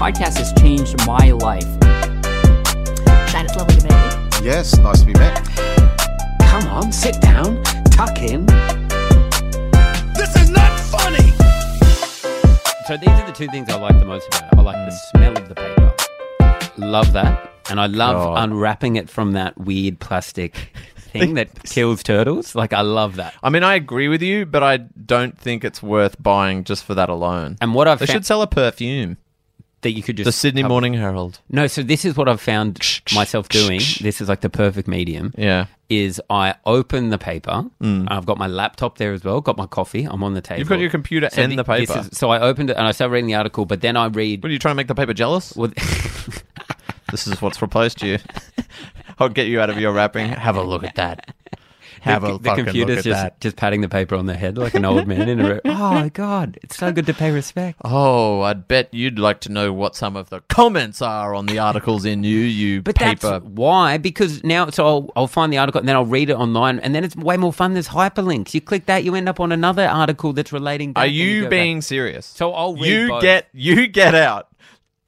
podcast has changed my life. Shine, it's lovely to meet you. Yes, nice to be met. Come on, sit down, tuck in. This is not funny. So these are the two things I like the most about it. I like the Mm. smell of the paper. Love that. And I love Oh. unwrapping it from that weird plastic thing that kills turtles. Like I love that. I mean, I agree with you, but I don't think it's worth buying just for that alone. And what I've they should found sell a perfume. that you could just The Sydney cover- Morning Herald. No, so this is what I've found myself doing. This is like the perfect medium. Yeah. Mm. Is I open the paper. I've got my laptop there as well. Got my coffee. I'm on the table. You've got your computer So and the, this paper. is- so I opened it and I started reading the article, but then I read. what are you trying to make the paper jealous? Well, This is what's replaced you. I'll get you out of your wrapping. Have a look at that. Have a the, the fucking computer's look at just that. just patting the paper on the head like an old man in a room. Oh God, it's so good to pay respect. Oh, I'd bet you'd like to know what some of the comments are on the articles in you, you But paper. that's why because now so I'll, I'll find the article and then I'll read it online and then it's way more fun. There's hyperlinks. You click that, you end up on another article that's relating. back, Are and you go back. being serious? So I'll read you both. get you get out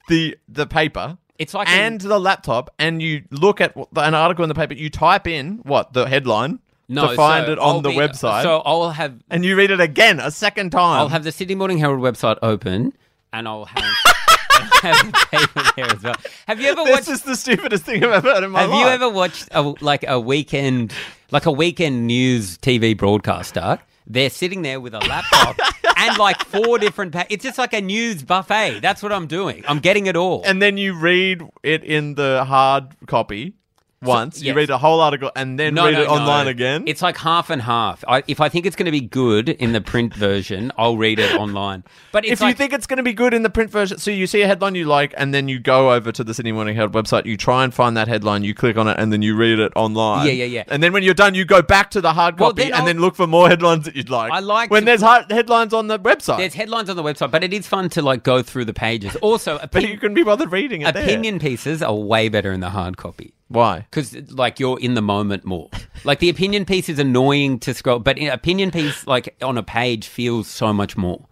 the the paper. It's like and the laptop, and you look at what- an article in the paper. You type in what the headline to find so it on I'll the be- website, So I'll have and you read it again a second time. I'll have the Sydney Morning Herald website open and I'll have, I'll have the paper there as well. Have you ever this watched? is the stupidest thing I've ever heard in my have life. you ever watched a, like a weekend, like a weekend news TV broadcast start? They're sitting there with a laptop and like four different. Pa- it's just like a news buffet. That's what I'm doing. I'm getting it all. and then you read it in the hard copy once. yes. You read the whole article and then read it online again. It's like half and half. I, if I think it's going to be good in the print version, I'll read it online. But it's if you like- think it's going to be good in the print version, so you see a headline you like, and then you go over to the Sydney Morning Herald website, you try and find that headline, you click on it, and then you read it online. Yeah, yeah, yeah. And then when you're done, you go back to the hard Well, copy then and then I'll- look for more headlines that you'd like. I like when to- there's hard headlines on the website, There's headlines on the website, but it is fun to like go through the pages. Also, but opinion, you couldn't be bothered reading it. there. opinion pieces are way better in the hard copy Why? because like you're in the moment more. Like the opinion piece is annoying to scroll, but an opinion piece like on a page feels so much more.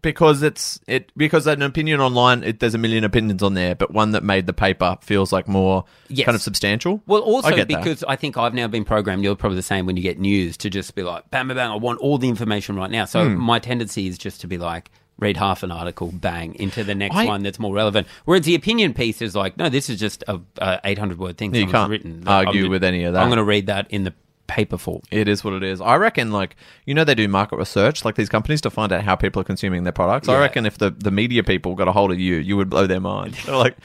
Because it's it because an opinion online, it, there's a million opinions on there, but one that made the paper feels like more Yes. kind of substantial. Well, I also get that. because I think I've now been programmed. You're probably the same when you get news to just be like, bam, bam, bang. I want all the information right now. So Hmm. my tendency is just to be like, read half an article, bang, into the next I- one that's more relevant. Whereas the opinion piece is like, no, this is just a, a 800 word thing. Yeah, you someone's can't written. argue I'm- with any of that. I'm going to read that in the paper form. It is what it is. I reckon, like, you know, they do market research, like these companies, to find out how people are consuming their products. I Yeah. reckon if the, the media people got a hold of you, you would blow their mind. They're like,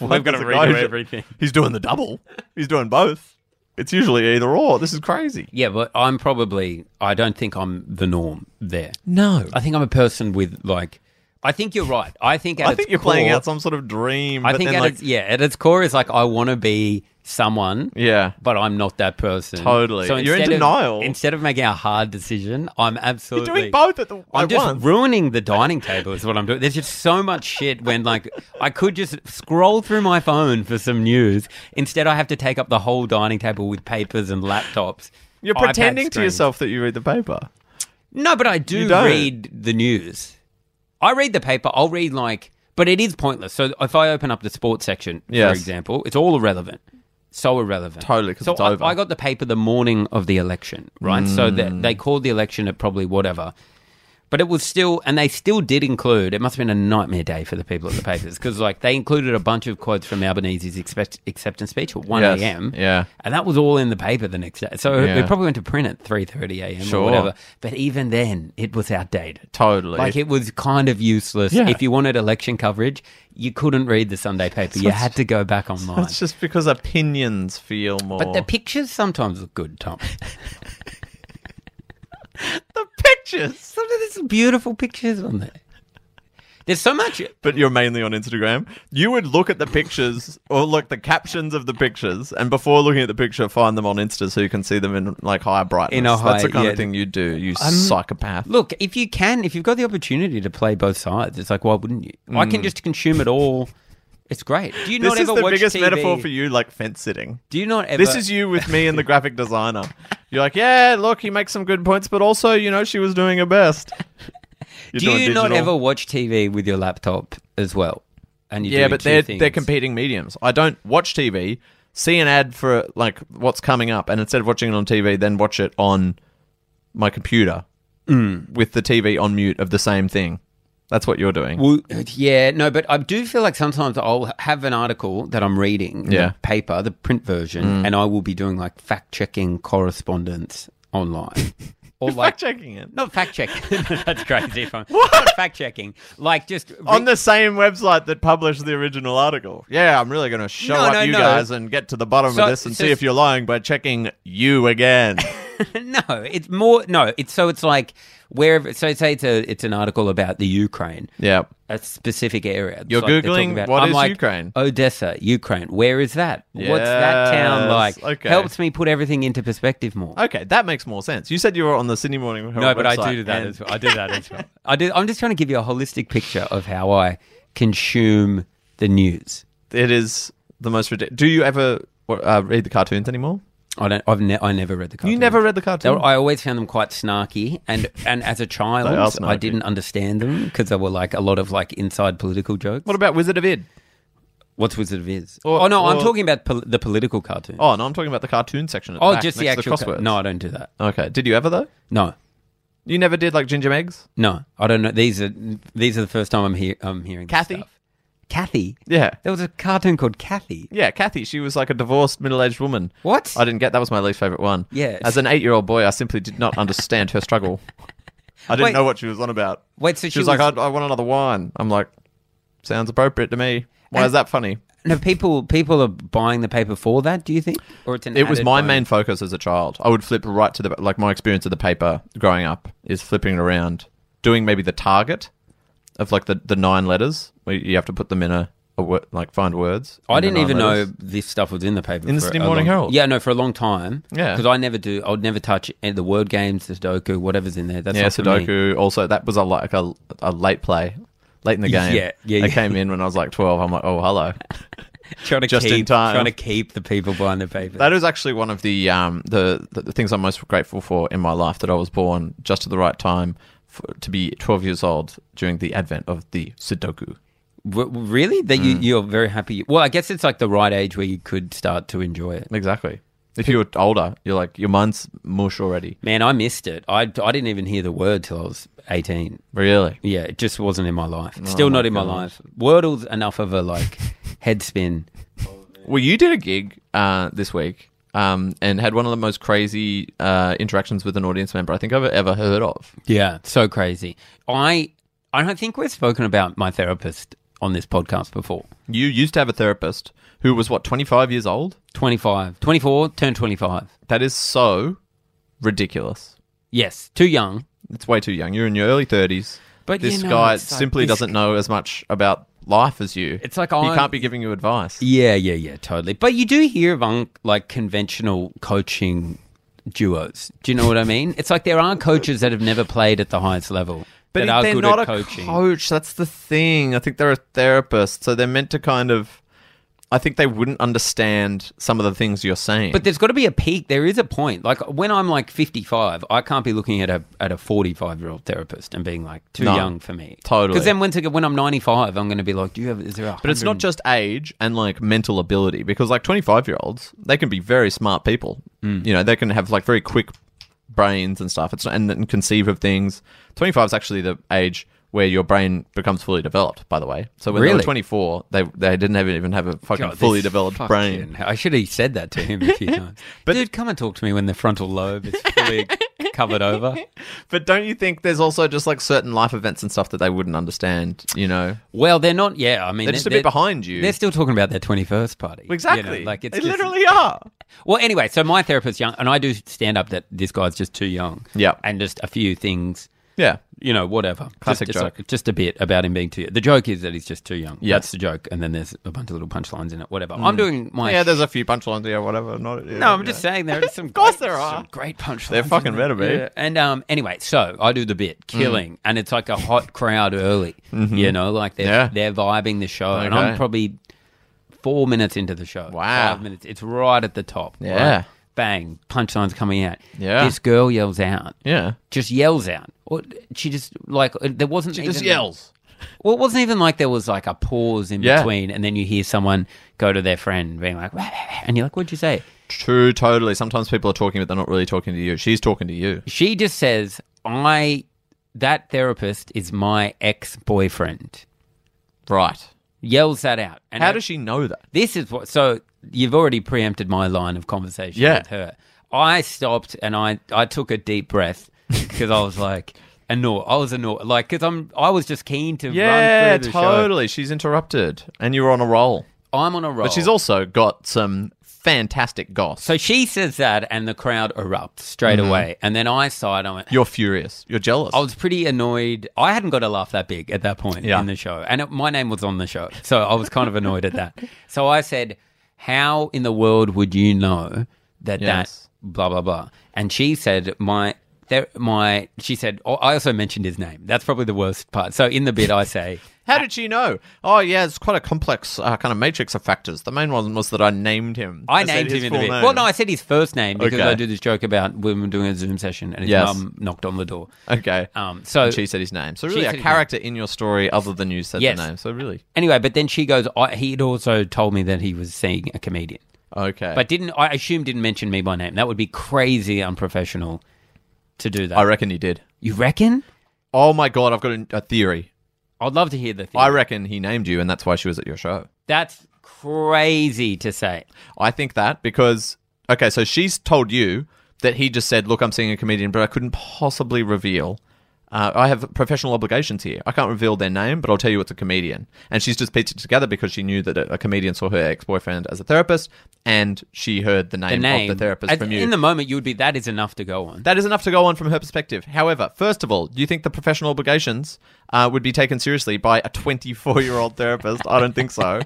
We've gotta "This redo guy who's- everything." He's doing the double, he's doing both. It's usually either or. This is crazy. Yeah, but I'm probably, I don't think I'm the norm there. No. I think I'm a person with like, I think you're right. I think at I think its you're playing core- out some sort of dream. I but think then, at like, its, yeah, at its core is like I want to be someone, yeah. but I'm not that person. Totally. You're in instead of- denial. Instead of making a hard decision, I'm You're absolutely doing both at the I'm at just once. ruining the dining table is what I'm doing. There's just so much shit when like I could just scroll through my phone for some news. Instead, I have to take up the whole dining table with papers and laptops. You're iPad pretending to screens. yourself that you read the paper. No, but I You do don't. read the news. I read the paper. I'll read like, but it is pointless. So if I open up the sports section, Yes. for example, it's all irrelevant. So irrelevant. Totally, 'cause so it's I, over. Mm. I got the paper the morning of the election, right? So that they called the election at probably whatever. But it was still, and they still did include. It must have been a nightmare day for the people at the papers because, like, they included a bunch of quotes from Albanese's expect, acceptance speech at one Yes, a.m. yeah. and that was all in the paper the next day. So Yeah. it probably went to print at three thirty a.m. Sure. or whatever. But even then, it was outdated. Totally. Like it was kind of useless. Yeah. If you wanted election coverage, you couldn't read the Sunday paper. You had to go back online. That's just because opinions feel more. But the pictures sometimes look good, Tom. the pictures. Some of these beautiful pictures on there. There's so much. but you're mainly on Instagram, you would look at the pictures or look the captions of the pictures, and before looking at the picture, find them on Insta so you can see them in like higher brightness. In a That's high- the kind yeah. of thing you do, you psychopath. Look, if you can, if you've got the opportunity to play both sides, it's like why wouldn't you? I can just consume it all. It's great. Do you not Mm. this is ever the watch biggest TV? metaphor for you, like fence sitting. Do you not ever? This is you with me and the graphic designer. You're like, yeah, look, he makes some good points, but also, you know, she was doing her best. You're Do you doing not digital. ever watch TV with your laptop as well? and you yeah, do but two they're things. they're competing mediums. I don't watch TV, see an ad for like what's coming up, and instead of watching it on TV, then watch it on my computer Mm. with the TV on mute of the same thing. That's what you're doing. Well, yeah, no, but I do feel like sometimes I'll have an article that I'm reading, in Yeah. Mm. the paper, the print version, and I will be doing like fact checking correspondence online, or like Fact checking it not fact checking. That's crazy. if I'm- Not fact checking, like just on the same website that published the original article. Yeah, I'm really going to show No, up no, you no. guys and get to the bottom So- of this and so- see if you're lying by checking you again. no, it's more no. It's so it's like wherever. So say it's a it's an article about the Ukraine. yeah. a specific area. It's You're they're talking Googling what I'm is like, Ukraine? Odessa, Ukraine. Where is that? What's that town Yes, like? okay. Helps me put everything into perspective more. Okay, that makes more sense. You said you were on the Sydney Morning Herald no, but I website do do that and- as well. I do that as well. I do. I'm just trying to give you a holistic picture of how I consume the news. It is the most ridiculous. Do you ever what, uh, read the cartoons anymore? I don't. I've ne- I never read the cartoon. You never read the They were- cartoon. I always found them quite snarky, and, and as a They are child, I snarky. didn't understand them because they were like a lot of like inside political jokes. what about Wizard of Id? What's Wizard of Iz? Or- oh no, I'm or- talking about pol- the political cartoon. Oh no, I'm talking about the cartoon section. At the Oh, back, just the next to actual crosswords. No, I don't do that. Okay. Did you ever though? No, You never did like Ginger Megs? no, I don't know. These are these are the first time I'm hear I'm hearing. this Kathy? stuff. Kathy. Yeah. There was a cartoon called Kathy. Yeah, Kathy. She was like a divorced middle-aged woman. What? I didn't get. That was my least favorite one. Yeah. As an eight-year-old boy, I simply did not understand her struggle. I didn't Wait. know what she was on about. Wait, so she, she was, like, was- I, "I want another wine." I'm like, "Sounds appropriate to me." Why is that funny? No, people people are buying the paper for that. Do you think? Or it's an It was added my bonus? main focus as a child. I would flip right to the like my experience of the paper growing up is flipping it around, doing maybe the target of like the, the nine letters where you have to put them in a, a word, like find words. I in the didn't nine even letters. know this stuff was in the paper. In the for Sydney a Morning long- Herald. Yeah, no, for a long time. Yeah. Because I never do. I would never touch any- the word games, the Sudoku, whatever's in there. That's Yeah, not for me. Sudoku. Also, that was a like a, a late play, late in the game. Yeah, yeah, It yeah. came in when I was like twelve. I'm like, oh hello. Trying to Just in keep, time. Trying to keep the people buying the paper. That is actually one of the um the, the, the things I'm most grateful for in my life that I was born just at the right time for, to be twelve years old during the advent of the Sudoku. W- w- really? That Mm. you, you're very happy. Well, I guess it's like the right age where you could start to enjoy it. Exactly. If you were older, you're like your mind's mush already. Man, I missed it. I, I didn't even hear the word till I was 18. Really? Yeah, it just wasn't in my life. Still not in Oh my life. Wordle's enough of a like head spin. Well, you did a gig uh, this week um, and had one of the most crazy uh, interactions with an audience member I think I've ever heard of. Yeah, so crazy. I I don't think we've spoken about my therapist on this podcast before. You used to have a therapist who was what 25 years old. 25, 24, turned 25. That is so ridiculous. Yes, too young. It's way too young. You're in your early 30s. But this you know, guy it's like simply this- doesn't know as much about life as you. It's like he I'm- can't be giving you advice. Yeah, yeah, yeah, totally. But you do hear of un- like conventional coaching duos. Do you know what I mean? It's like there are coaches that have never played at the highest level But that if are they're good not at a coaching. coach, that's the thing. I think they're a therapist, so they're meant to kind of. I think they wouldn't understand some of the things you're saying. But there's got to be a peak. There is a point. Like when I'm like 55, I can't be looking at a at a 45 year old therapist and being like too No, young for me. totally. Because then when, when I'm 95, I'm going to be like, do you have? Is there a? but it's not just age and like mental ability, because like 25 year olds, they can be very smart people. You know, they can have like very quick brains and stuff. It's not, and, and conceive of things. 25 is actually the age where your brain becomes fully developed. By the way, so when they were Really? 24, they they didn't have, even have a fucking God, this fully developed brain. fucking- I should have said that to him a few times. But- Dude, come and talk to me when the frontal lobe is fully covered over. But don't you think there's also just like certain life events and stuff that they wouldn't understand? You know, Well, they're not. Yeah, I mean, they're just a bit behind you. They're still talking about their 21st party. you know, like it's they just- literally are. Well, anyway, so my therapist's young, and I do stand up that this guy's just too young. Yeah. and just a few things. Yeah, you know, whatever. Classic just, joke. Just, just a bit about him being too. The joke is that he's just too young. Yeah. That's the joke, and then there's a bunch of little punchlines in it. Whatever. I'm doing my. yeah. There's a few punchlines here, whatever. Not yeah, no, I'm yeah. just saying there are some. of great, course there are. some great punchlines. They're fucking in better, there. babe. Yeah. And um, anyway, so I do the bit killing, and it's like a hot crowd early. You know, like they're Mm-hmm. Yeah. they're vibing the show, and Okay. I'm probably four minutes into the show. Wow. five minutes. It's right at the top. right? Yeah. Bang! Punchlines coming out. Yeah. This girl yells out Yeah, just yells out. Or she just like uh, there wasn't. She just yells. Well, it wasn't even like there was like a pause in Yeah. between, and then you hear someone go to their friend being like, "Wah, wah, wah," and you're like, "What'd you say?" True, totally. Sometimes people are talking, but they're not really talking to you. She's talking to you. She just says, "I that therapist is my ex boyfriend." Right. Yells that out. And How it- does she know that? This is what. So you've already preempted my line of conversation Yeah. with her. I stopped and I I took a deep breath because I was like annoyed. I was annoyed, like because I'm I was just keen to Yeah, run through the show. totally. She's interrupted, and you're on a roll. I'm on a roll. But she's also got some fantastic goss. so she says that, and the crowd erupts straight Mm-hmm. away. And then I sighed. I went. you're furious. You're jealous. I was pretty annoyed. I hadn't got a laugh that big at that point Yeah. in the show. And it, my name was on the show. So I was kind of annoyed at that. So I said, How in the world would you know that Yes. that blah, blah, blah? And she said, My. There, my, she said. Oh, I also mentioned his name. That's probably the worst part. So in the bit, I say, How did she know? Oh, yeah, it's quite a complex uh, kind of matrix of factors. The main one was that I named him. I, said named his him in the full bit. name. Well, no, I said his first name because Okay. I do this joke about women doing a Zoom session, and his Yes. mum knocked on the door. Okay. Um, so And she said his name. So really, said a his character in your story other than you said Yes. the name. So really, anyway, but then she goes. I, he'd also told me that he was seeing a comedian. okay. But didn't I assume didn't mention me by name? That would be crazy unprofessional to do that. I reckon he did. you reckon? Oh my god, I've got a, a theory. I'd love to hear the thing. I reckon he named you, and that's why she was at your show. That's crazy to say. I think that because okay, so she's told you that he just said, "Look, I'm seeing a comedian, but I couldn't possibly reveal. Uh, I have professional obligations here. I can't reveal their name, but I'll tell you it's a comedian." And she's just pieced it together because she knew that a, a comedian saw her ex-boyfriend as a therapist, and she heard the The name, name of the therapist As- from you. In the moment, you would be that is enough to go on. that is enough to go on from her perspective. However, first of all, do you think the professional obligations uh, would be taken seriously by a 24 year old therapist? I don't think so.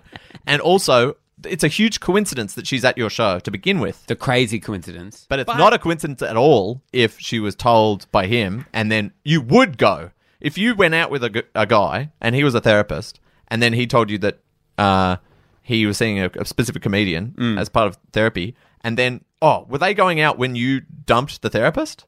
And also, it's a huge coincidence that she's at your show to begin with. the crazy coincidence. But it's not a coincidence at all if she was told by him and then you would go. If you went out with a, gu- a guy and he was a therapist and then he told you that uh, he was seeing a, a specific comedian as part of therapy and then, oh, were they going out when you dumped the therapist?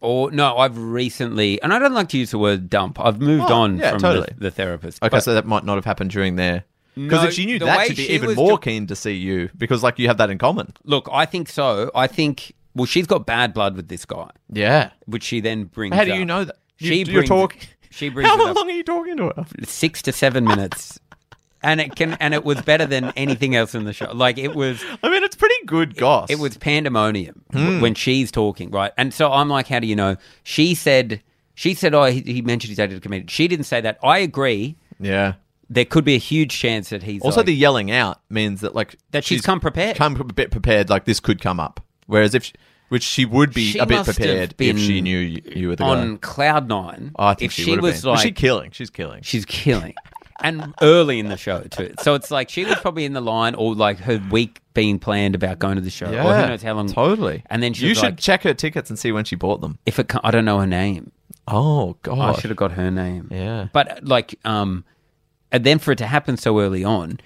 or no, I've recently, and I don't like to use the word dump. I've moved Oh, on yeah, from totally. the, the therapist. Okay, But- so that might not have happened during their. Because No, if she knew the that, way she'd be she even was more do- keen to see you because, like, you have that in common. look, I think so. I think well, she's got bad blood with this guy, Yeah. which she then brings. How do up. you know that? You, She you're brings- talking. She brings. How it up. long are you talking to her? six to seven minutes. And it can, and it was better than anything else in the show. Like it was, I mean, it's pretty good goss. it was pandemonium Hmm. w- when she's talking, right? And so I'm like, how do you know? She said, she said, oh, he, he mentioned he dated a comedian. She didn't say that. I agree. Yeah. There could be a huge chance that he's Also, like- the yelling out means that like That she's come prepared. come a bit prepared. Like this could come up. Whereas if, she, which she would be She a bit must have prepared if been she knew you, you were the on guy. cloud nine. Oh, I think if she, she, would was been. like, she's killing. She's killing. she's killing, and early in the show too. So it's like she was probably in the line, or like her week being planned about going to the show, or who knows how long. Totally. And then she you was should like- check her tickets and see when she bought them. If it, co- I don't know her name. Oh I god. should have got her name. Yeah. But like, um, and then for it to happen so early on,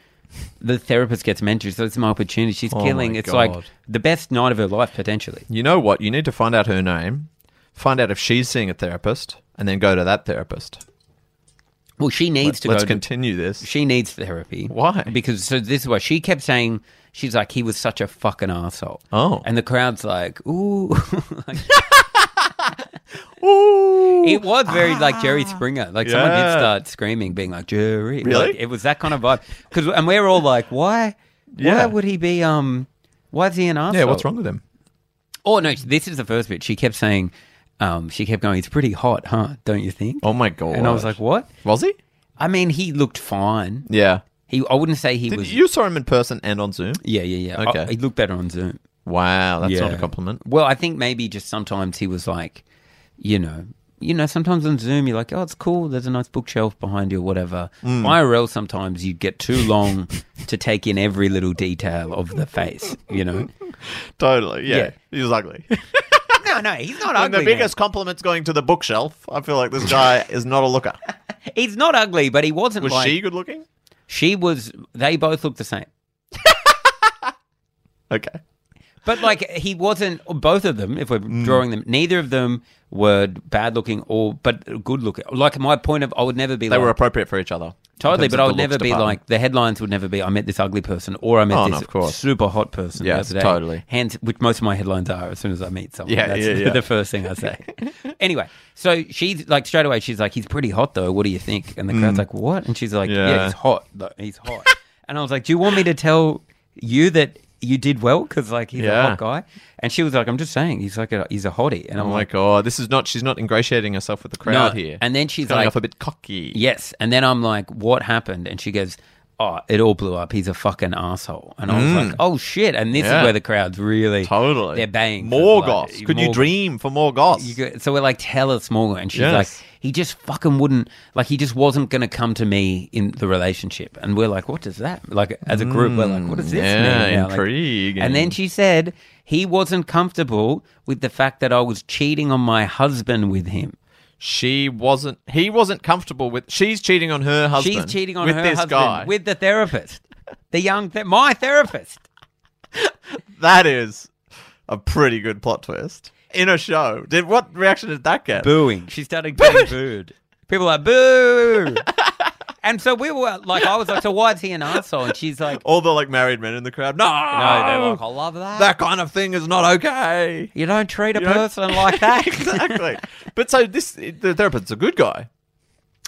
the therapist gets mentioned. So it's my opportunity. She's Oh killing. my It's God. like the best night of her life potentially. You know what? You need to find out her name, find out if she's seeing a therapist, and then go to that therapist. Well, she needs to Let's go. to- continue this. she needs therapy. Why? Because so this is why she kept saying she's like he was such a fucking asshole. Oh. and the crowd's like, ooh, Like, Ooh. Ah. it was very like Jerry Springer. Like someone did Yeah. start screaming, being like Jerry. Really? Like, it was that kind of vibe. Because and we're all like, why? Yeah. Why would he be? Um, why is he an asshole? yeah. What's wrong with him? Oh no, this is the first bit. She kept saying, um, she kept going, "He's pretty hot, huh? Don't you think?" Oh my god. and I was like, "What?" was he? I mean, he looked fine. Yeah. He, I wouldn't say he Did, was. you saw him in person and on Zoom. yeah, yeah, yeah. Okay. I- he looked better on Zoom. Wow, that's not a Yeah. compliment. Well, I think maybe just sometimes he was like, you know, you know, sometimes on Zoom you're like, oh, it's cool. There's a nice bookshelf behind you or whatever. Mm. IRL sometimes you get too long to take in every little detail of the face. You know? Totally. yeah. He was ugly. No, no, he's not and ugly. the man. biggest compliment's going to the bookshelf. I feel like this guy is not a looker. He's not ugly, but he wasn't. Was like, she good looking? She was. They both looked the same. Okay. But like he wasn't both of them. If we're Mm. drawing them, neither of them were bad looking or but good looking. Like my point of, I would never be. They like, were appropriate for each other. in Totally, terms but of I the would never looks be department. like the headlines would never be. I met this ugly person, or I met Oh, no, this of course. super hot person. the Yes, other day. totally. Hence, which most of my headlines are as soon as I meet someone. Yeah, that's yeah, yeah. the first thing I say. anyway, so she's like straight away. She's like, "He's pretty hot, though. What do you think?" And the crowd's like, "What?" And she's like, "Yeah, Mm. Yeah. he's hot. though. He's hot." and I was like, "Do you want me to tell you that?" You did well because like he's Yeah. a hot guy, and she was like, "I'm just saying, he's like a, he's a hottie," and I'm Oh my like, god, this is not. She's not ingratiating herself with the crowd No, here. and then she's coming like- off a bit cocky. Yes. And then I'm like, what happened? And she goes, oh, it all blew up. He's a fucking asshole. And I was like, oh shit. And this Mm. Yeah. is where the crowd's really totally. They're baying for more blood. goss. Could you More- dream for more goss? You go- so we're like, tell us more. And she's Yes. like, he just fucking wouldn't, like, he just wasn't going to come to me in the relationship. And we're like, what does that, like, as a group, we're like, what does this Mm. yeah, mean? now? Like- intriguing. and then she said, he wasn't comfortable with the fact that I was cheating on my husband with him. she wasn't. He wasn't comfortable with. She's cheating on her husband. She's cheating on with her this husband guy. with the therapist, the young, th- my therapist. that is a pretty good plot twist in a show. Did what reaction did that get? booing. She started getting booed. People are like, boo. and so we were like, I was like, so why is he an asshole? And she's like, "Oh, All the like married men in the crowd. No, no, they're like, "Oh." I love that. Oh. that kind of thing is not okay. you don't treat a You know? person like that. exactly. But so this the therapist's a good guy.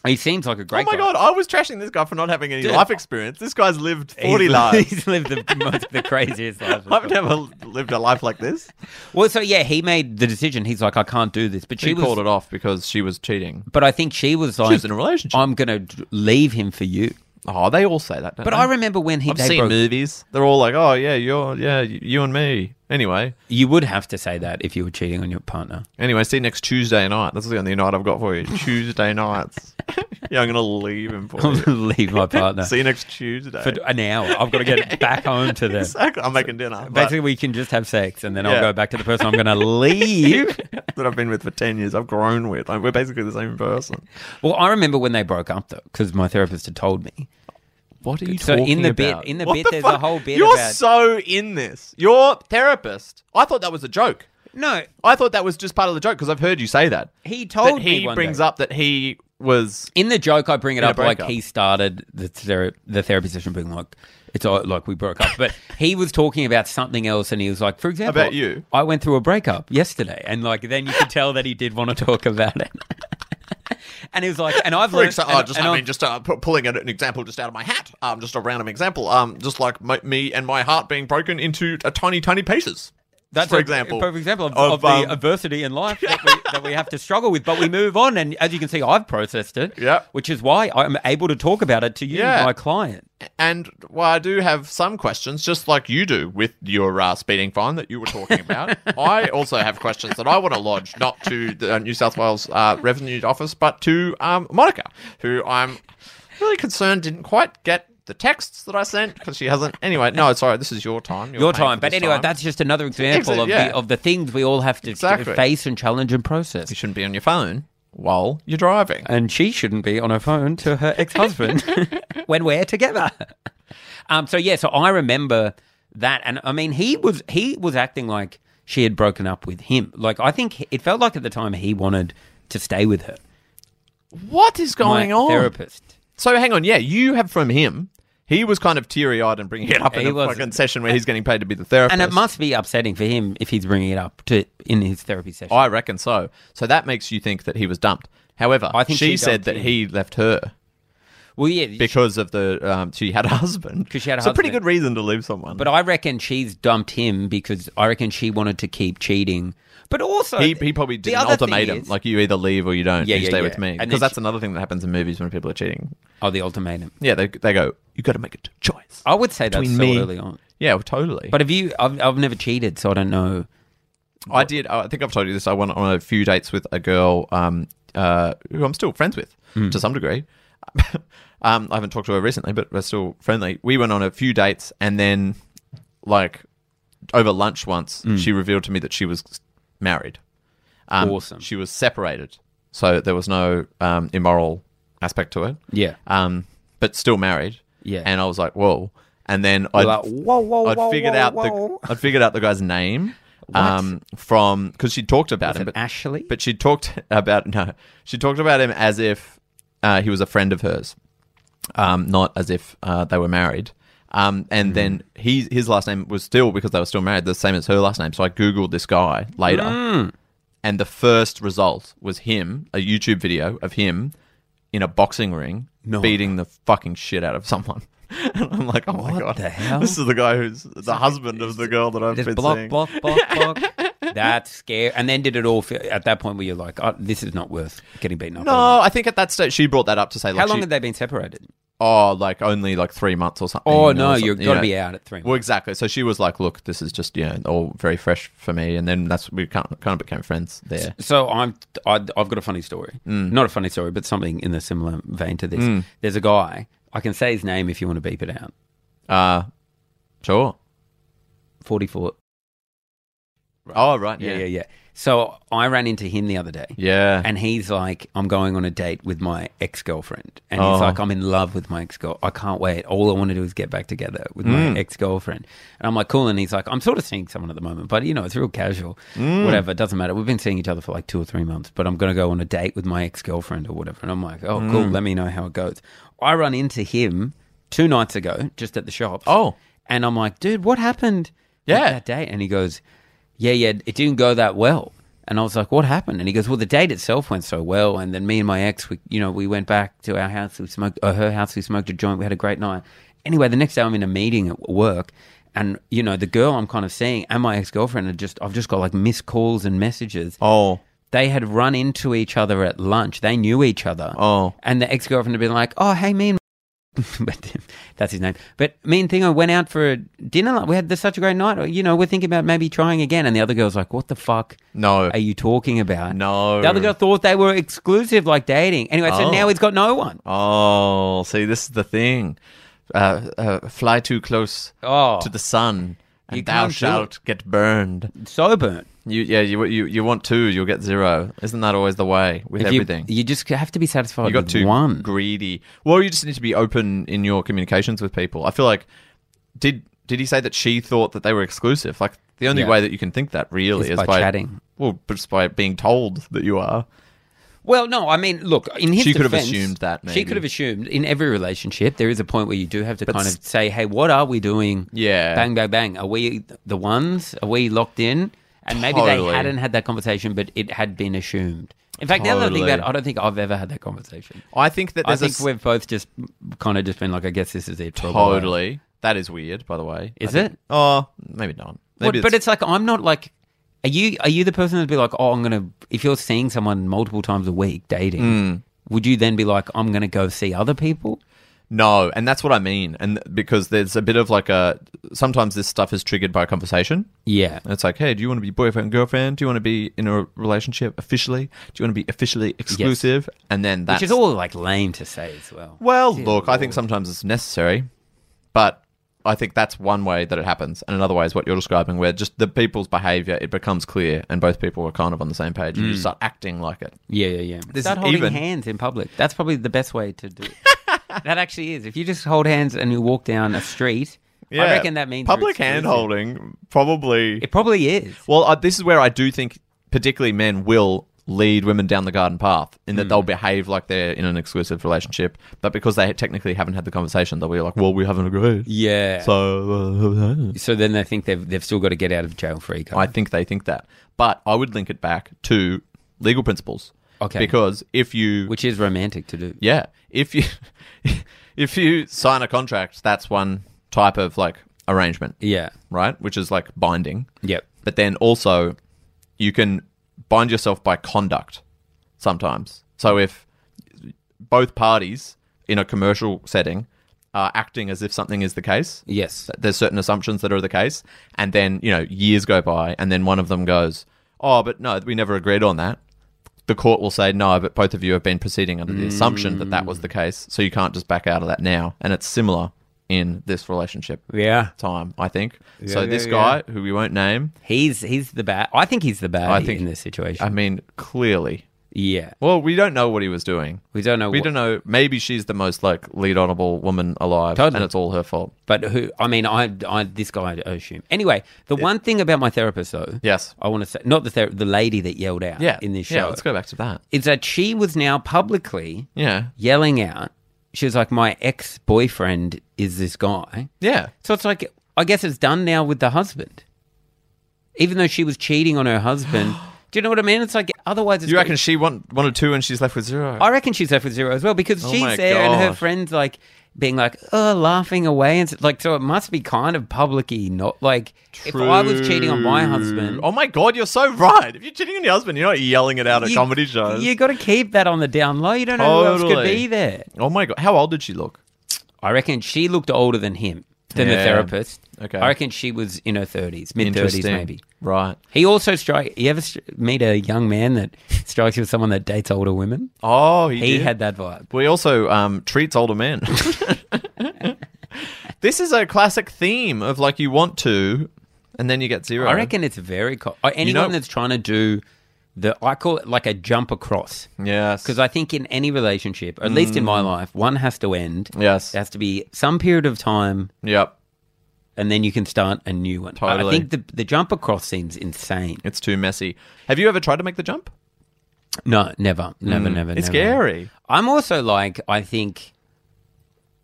He seems like a great oh my guy. god, I was trashing this guy for not having any Dude. life experience. This guy's lived He's- forty lives. He's lived the, most, the craziest life. I've never lived a life like this. Well, so yeah, he made the decision. He's like, I can't do this. But she She was, called it off because she was cheating. but I think she was like, She was in a relationship. I'm going to leave him for you. oh, they all say that. Don't But they? I remember when he I've they seen broke. movies. They're all like, oh yeah, you're yeah, y- you and me. Anyway, You would have to say that if you were cheating on your partner. anyway, see you next Tuesday night. That's the only night I've got for you. Tuesday nights. yeah, I'm gonna leave him for I'm you. going to leave my partner See you next Tuesday. for an hour. I've got to get back home to them. exactly. I'm making dinner. but- Basically, we can just have sex, and then Yeah. I'll go back to the person I'm going to leave. that I've been with for 10 years. I've grown with. Like, we're basically the same person. well, I remember when they broke up though, because my therapist had told me. What are you So in talking the bit- about? in the bit, there's a whole bit You're about- so in this. Your therapist. I thought that was a joke. No, I thought that was just part of the joke because I've heard you say that. He told that me he one brings day. up that he was. in the joke, I bring it In a up like breakup. he started the thera- the therapy session, being like, "It's all, like we broke up," but he was talking about something else, and he was like, "For example, About you. I went through a breakup yesterday," and like then you could tell that he did want to talk about it. and he was like, "And I've For learned, example, and- oh, just, and I I've- mean, just uh, pu- pulling an, an example just out of my hat, um, just a random example, um, just like my, me and my heart being broken into a tiny, tiny pieces. That's for a example. perfect example of, Of, of the um, adversity in life that we, that we have to struggle with, but we move on. And as you can see, I've processed it, Yeah. which is why I'm able to talk about it to you, Yeah. my client. And while I do have some questions, just like you do with your uh, speeding fine that you were talking about, I also have questions that I want to lodge, not to the uh, New South Wales uh, Revenue Office, but to um, Monica, who I'm really concerned didn't quite get the texts that I sent because she hasn't. Anyway, no, sorry, this is your time. You're Your paying time. for But this anyway, time. that's just another example Exa- of, yeah. the, of the things we all have to Exactly. face and challenge and process. You shouldn't be on your phone while you're driving. and she shouldn't be on her phone to her ex-husband when we're together. Um, so yeah, so I remember that, and I mean, he was he was acting like she had broken up with him. Like I think he- it felt like at the time he wanted to stay with her. What is My going on? therapist. So hang on, yeah, you have from him. He was kind of teary eyed and bringing it up in He a was. fucking session where he's getting paid to be the therapist. And it must be upsetting for him if he's bringing it up to in his therapy session. I reckon so. So that makes you think that he was dumped. However, I think she, she said dumped that him. he left her well, yeah, she- because of the um, she had a husband. 'Cause she had a It's a pretty husband. good reason to leave someone. but I reckon she's dumped him because I reckon she wanted to keep cheating. But also, he, he probably the did an other thing ultimatum is- like you either leave or you don't. Yeah, you yeah, stay yeah. with me And then because that's she- another thing that happens in movies when people are cheating. oh, the ultimatum. Yeah, they they go you got to make a choice. I would say that's Between so me- early on. Yeah, well, totally. But have you? I've, I've never cheated, so I don't know. I did. I think I've told you this. I went on a few dates with a girl um, uh, who I'm still friends with Hmm. to some degree. um, I haven't talked to her recently, but we're still friendly. We went on a few dates, and then, like, over lunch once, Hmm. she revealed to me that she was married. Um, Awesome. She was separated, so there was no um, immoral aspect to it. Yeah. Um, but still married. Yeah. And I was like, whoa. and then You're I'd, like, whoa, whoa, I'd whoa, figured whoa, out whoa. the I'd figured out the guy's name um, from because she talked about Was him, it but Ashley? but she talked about no, she talked about him as if uh, he was a friend of hers, um, not as if uh, they were married. Um, Hmm. and then he his last name was still because they were still married, the same as her last name. So I googled this guy later, Hmm. and the first result was him, a YouTube video of him in a boxing ring No. beating the fucking shit out of someone. And I'm like, oh my god, the hell? this is the guy who's the husband of the girl that I've Just been block, seeing. block, block, block. That's scary. And then did it all feel at that point where you're like, oh, this is not worth getting beaten up? on. No, I think at that stage she brought that up to say, like, How long she- had they been separated? oh, like only like three months or something. Oh or no, something, you've you got to know. be out at three. Well, exactly. So she was like, "Look, this is just yeah, all very fresh for me," and then that's we kind of, kind of became friends there. So I'm, I, I've got a funny story. Not a funny story, but something in a similar vein to this. There's a guy. I can say his name if you want to beep it out. Uh sure. Forty-four. Oh right, Yeah, yeah, yeah, yeah. So I ran into him the other day. Yeah. And he's like, I'm going on a date with my ex girlfriend. And Oh. he's like, I'm in love with my ex girl. I can't wait. All I want to do is get back together with Mm. my ex girlfriend. And I'm like, cool. And he's like, I'm sort of seeing someone at the moment, but you know, it's real casual. Mm. Whatever. It doesn't matter. We've been seeing each other for like two or three months, but I'm going to go on a date with my ex girlfriend or whatever. And I'm like, oh, Mm. cool. Let me know how it goes. I run into him two nights ago just at the shop. Oh. And I'm like, dude, what happened? Yeah. Like that date? And he goes, Yeah, yeah, it didn't go that well. And I was like, What happened? And he goes, Well, the date itself went so well. And then me and my ex, we, you know, we went back to our house, we smoked, or her house, we smoked a joint, we had a great night. Anyway, the next day I'm in a meeting at work. And you know the girl I'm kind of seeing, and my ex girlfriend are just I've just got like missed calls and messages. Oh, They had run into each other at lunch. They knew each other. Oh. And the ex girlfriend had been like, oh, hey, me and. but that's his name. But me and Thingo went out for a dinner. like, We had this, such a great night. You know, we're thinking about maybe trying again. And the other girl's like, what the fuck no. are you talking about? No. The other girl thought they were exclusive, like dating. Anyway, so Oh. now he's got no one. Oh, see, this is the thing. Uh, uh, fly too close Oh. to the sun, and You thou can't do shalt get burned. Oh, So burnt. You, yeah, you, you, you want two, you'll get zero. Isn't that always the way with If you- everything? You, just have to be satisfied you got with too one. greedy. Well, you just need to be open in your communications with people. I feel like did did he say that she thought that they were exclusive? Like the only Yeah. way that you can think that really Is is, by chatting. Well, just by being told that you are. Well, no, I mean, look, in his She could have defense, assumed that, She maybe. could have assumed in every relationship there is a point where you do have to kind s- of say, "Hey, what are we doing?" Yeah. bang, bang, bang. Are we the ones? Are we locked in? And maybe Totally. they hadn't had that conversation, but it had been assumed. In fact, now that I think about it, Totally. I don't think I've ever had that conversation. I think that I there's a think s- we've both just kind of just been like, "I guess this is it." For a while. totally. That is weird, by the way. Is I think- it? Oh, maybe not. What- Maybe but it's like I'm not like. Are you are you the person that'd be like, oh, I'm gonna if you're seeing someone multiple times a week dating, Mm. would you then be like, I'm gonna go see other people? No, and that's what I mean. And because there's a bit of like a sometimes this stuff is triggered by a conversation. Yeah. And it's like, hey, do you want to be boyfriend and girlfriend? Do you want to be in a relationship officially? Do you want to be officially exclusive? And then that's Which is all like lame to say as well. Well, look, I think sometimes it's necessary, but I think that's one way that it happens. And another way is what you're describing, where just the people's behavior it becomes clear, and both people are kind of on the same page, Mm. and you start acting like it. Yeah, yeah, yeah. This Start is holding even- hands in public. That's probably the best way to do it. that actually is. If you just hold hands and you walk down a street, I reckon that means you're public hand exclusive. holding probably It probably is. Well, uh, this is where I do think, particularly men, will lead women down the garden path in Hmm. that they'll behave like they're in an exclusive relationship, but because they technically haven't had the conversation, they'll be like, "Well, we haven't agreed." Yeah. So, So uh, then they think they've they've still got to get out of jail free I card. think they think that, but I would link it back to legal principles. Okay. because if you, which is romantic to do. yeah, if you, if you sign a contract, that's one type of like arrangement, Yeah. right? Which is like binding. Yep. but then also you can bind yourself by conduct sometimes. So if both parties in a commercial setting are acting as if something is the case, Yes. there's certain assumptions that are the case, and then you know years go by, and then one of them goes, "Oh, but no, we never agreed on that." The court will say no, but both of you have been proceeding under the assumption that that was the case, so you can't just back out of that now. And it's similar in this relationship Yeah. time, I think. so yeah, this yeah. guy, who we won't name, He's he's the bad. I think he's the bad I think- in this situation. I mean, clearly. Yeah. Well, we don't know what he was doing. We don't know. We what- don't know. Maybe she's the most like lead honorable woman alive, Totally. and it's all her fault. But who? I mean, I, I this guy. I assume. Anyway, the one thing about my therapist, though. Yes. I want to say not the ther- the lady that yelled out. Yeah. Uh, In this show, Yeah. Let's go back to that. is that she was now publicly Yeah. yelling out. She was like, "My ex boyfriend is this guy." Yeah. So it's like, I guess it's done now with the husband. Even though she was cheating on her husband, do you know what I mean? It's like otherwise, it's You reckon got- she want, wanted two and she's left with zero? I reckon she's left with zero as well because Oh my she's there and her God. friends like being like, oh, laughing away, and s- like so it must be kind of publicy, not like if I was cheating on my husband. Oh my god, you're so right. If you're cheating on your husband, you're not yelling it out at comedy shows. You got to keep that on the down low. You don't know who else could Totally. be there. oh my god, how old did she look? I reckon she looked older than him, than the Yeah. therapist. Okay. I reckon she was in her thirties, mid thirties, Interesting. maybe. Right. He also strike. You ever st- meet a young man that strikes you as someone that dates older women? Oh, he, He did. had that vibe. Well, he also um, treats older men. this is a classic theme of like you want to, and then you get zero. I reckon it's very. Co- uh, anyone know- that's trying to do the, I call it like a jump across, Yes. because I think in any relationship, or at least in my life, one has to end. Mm. Yes. there has to be some period of time, Yep. and then you can start a new one. I- I Totally. think the the jump across seems insane. It's too messy. Have you ever tried to make the jump? No, never, never, never. Mm. It's never. scary. I'm also like, I think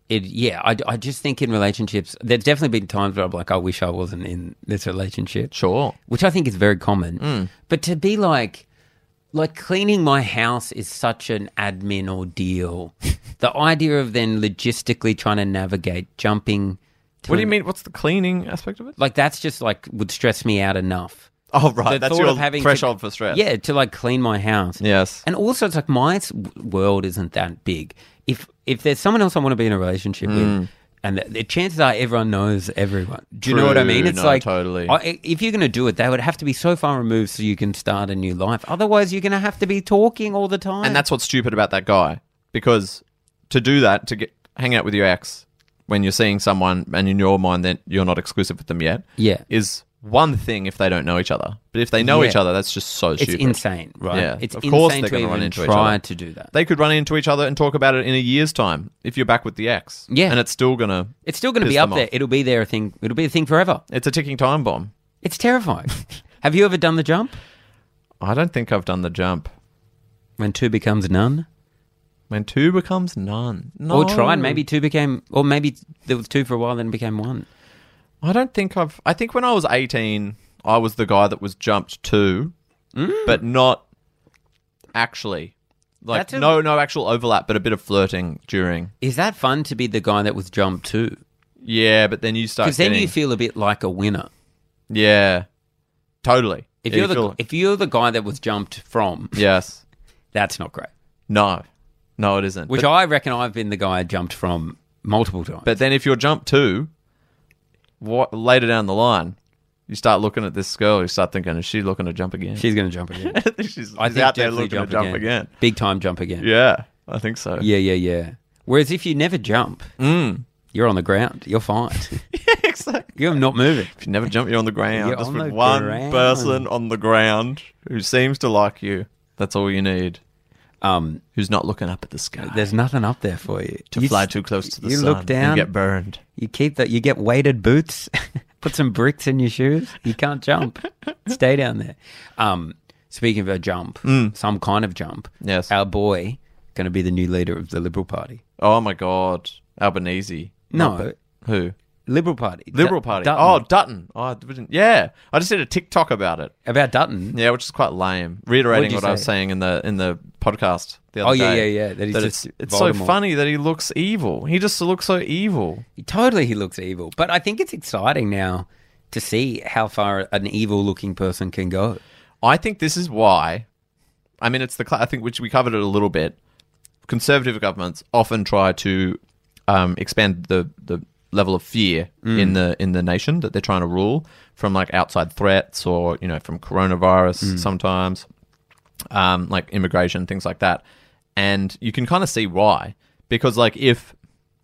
it, yeah, I, I just think in relationships, there's definitely been times where I'm like, I wish I wasn't in this relationship, Sure. which I think is very common. Mm. But to be like, like cleaning my house is such an admin ordeal. the idea of then logistically trying to navigate jumping. To What do an- you mean? What's the cleaning aspect of it? Like that's just like would stress me out enough. Oh, right. The That's thought your of having to- threshold for stress. Yeah, to like clean my house. Yes. And also, it's like my s- world isn't that big. If if there's someone else I want to be in a relationship Mm. with, and the, the chances are everyone knows everyone. Do you know what I mean? True. It's No, like totally. I, if you're going to do it, they would have to be so far removed so you can start a new life. Otherwise, you're going to have to be talking all the time. And that's what's stupid about that guy because to do that, to get hang out with your ex when you're seeing someone and in your mind that you're not exclusive with them yet, Yeah. is one thing if they don't know each other. But if they know Yeah. each other, that's just so it's stupid. insane, right? Yeah, it's of course insane they're to gonna even run into each try other. to do that. They could run into each other and talk about it in a year's time if you're back with the ex. Yeah. and it's still gonna. It's still going to be piss up them there. off. It'll be there a thing. It'll be a thing forever. It's a ticking time bomb. It's terrifying. have you ever done the jump I don't think I've done the jump. when two becomes none? When two becomes none, no. Or tried. Maybe two became, or maybe there was two for a while, then it became one. I don't think I've. I think when I was 18, I was the guy that was jumped to, Mm. but not actually. Like That's a- no, no actual overlap, but a bit of flirting during. Is that fun to be the guy that was jumped to? Yeah, but then you start. Because then you getting- feel a bit like a winner. Yeah, totally. If Yeah, you're you the feel- if you're the guy that was jumped from, yes, that's not great. no, no, it isn't. Which but, I reckon I've been the guy jumped from multiple times. but then if you're jumped to, what later down the line, you start looking at this girl. You start thinking, is she looking to jump again? she's going to jump again. she's, I she's think out there definitely looking to jump again. Big time jump again. Yeah, I think so. yeah, yeah, yeah. Whereas if you never jump, you're on the ground. You're fine. exactly. you're not moving. If you never jump, you're on the ground. You're Just on with the one ground. person on the ground who seems to like you. That's all you need. Um, Who's not looking up at the sky. there's nothing up there for you to You fly s- too close to the you sun look down, and get burned. You keep that. You get weighted boots. put some bricks in your shoes. You can't jump. Stay down there. Um, speaking of a jump, some kind of jump. Mm. Yes. Our boy going to be the new leader of the Liberal Party. Oh my god, Albanese. No, Not- who? Liberal Party. Liberal Du- Party. Dutton. Oh, Dutton. Oh, I didn't- yeah. I just did a TikTok about it. about Dutton. Yeah, which is quite lame. What'd Reiterating you what I was say? saying in the in the podcast the other Oh, yeah, day. yeah, yeah, that he's just it's, it's so Voldemort. funny that he looks evil. He just looks so evil. Totally, he looks evil. But I think it's exciting now to see how far an evil-looking person can go. I think this is why. I mean, it's the cla I think which we covered it a little bit. Conservative governments often try to um, expand the the level of fear Mm. in the in the nation that they're trying to rule from like outside threats or you know from Mm. coronavirus sometimes, um, like immigration things like that, and you can kind of see why because like if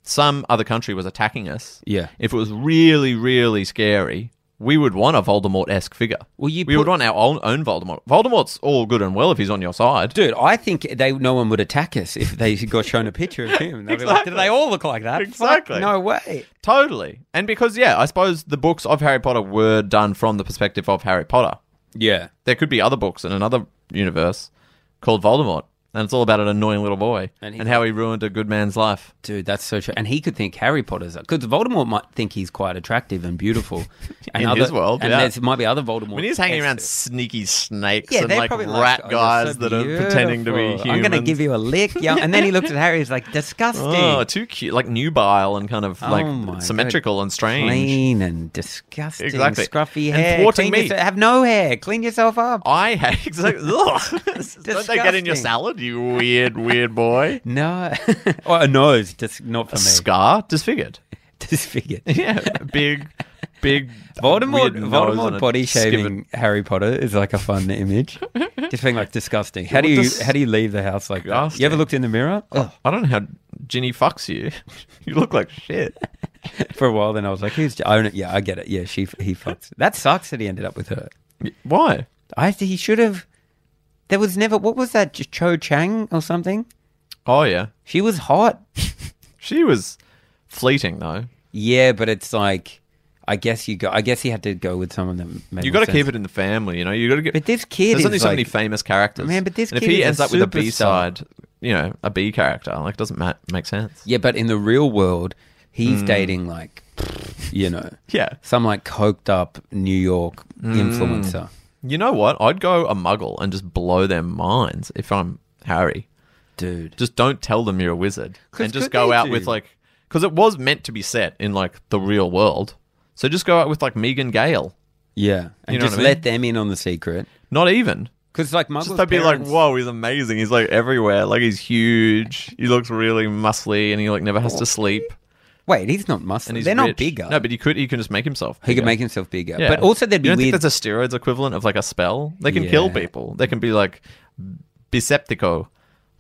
some other country was attacking us, Yeah. if it was really really scary, we would want a Voldemort esque figure. Well, you we put- would want our own, own Voldemort. Voldemort's all good and well if he's on your side. Dude, I think they no one would attack us if they got shown a picture of him. They'd be like, Exactly. Did they all look like that? Fuck, Exactly. no way. Totally. And because, yeah, I suppose the books of Harry Potter were done from the perspective of Harry Potter. Yeah. There could be other books in another universe called Voldemort, and it's all about an annoying little boy And and, he- how he ruined a good man's life. Dude, that's so true. And he could think Harry Potter's because Voldemort might think he's quite attractive and beautiful. And In other, his world, and yeah. there's might be other Voldemort. I mean, he's hanging around sneaky snakes Yeah, and they're like probably rat like, "Oh, you're so guys that are pretending to be beautiful. humans. I'm going to give you a lick, young. And then he looks at Harry. He's like, disgusting, Oh, too cute, like nubile and kind of like Oh my symmetrical and strange. clean and disgusting, Exactly. scruffy And hair. thwarting Clean me. Oh. yourself- have no hair. Clean yourself up. I hate exactly. Ugh. Don't they get in your Disgusting. salad, you weird, weird boy? No, or Oh, a nose. Just not for A me. scar, disfigured. Disfigured. Yeah, big, big. Voldemort, weird nose and Voldemort a body shaving skiven- Harry Potter is like a fun image. Just being like disgusting. How do Well, you dis- how do you leave the house like that? You Disgusting. ever looked in the mirror? Oh, I don't know how Ginny fucks you. You look like shit. for a while, then I was like, "Who's?" I don't, yeah, I get it. Yeah, she he fucks. That sucks that he ended up with her. Why? I he should have. There was never what was that Cho Chang or something. Oh yeah, She was hot. she was fleeting though. Yeah, but it's like, I guess you go. I guess he had to go with someone that made You got to to keep it in the family, you know. You got to get. But this kid There's is only so many like- famous characters, Man, but this and kid if he is a ends up with a superstar. B side, you know, a B character, like doesn't ma- make sense. Yeah, but in the real world, Hmm. he's dating like, you know, Yeah. some like coked up New York Mm. influencer. You know what? I'd go a muggle and just blow their minds if I'm Harry. Dude, Just don't tell them you're a wizard, 'Cause and could just go they out do? with like, because it was meant to be set in like the real world. So just go out with like Megan Gale. yeah, and know just what I let mean? them in on the secret Not even. because like muggles Just they'd be like, parents- "Whoa, he's amazing! He's like everywhere. Like he's huge. He looks really muscly, and he like never has to sleep. Wait, he's not muscle. And he's They're not rich." bigger. No, but he could. He can just make himself. he could bigger. make himself bigger. Yeah. But also, there'd be you don't weird. Think that's a steroids equivalent of like a spell. They can kill Yeah. people. They can be like Biceptico,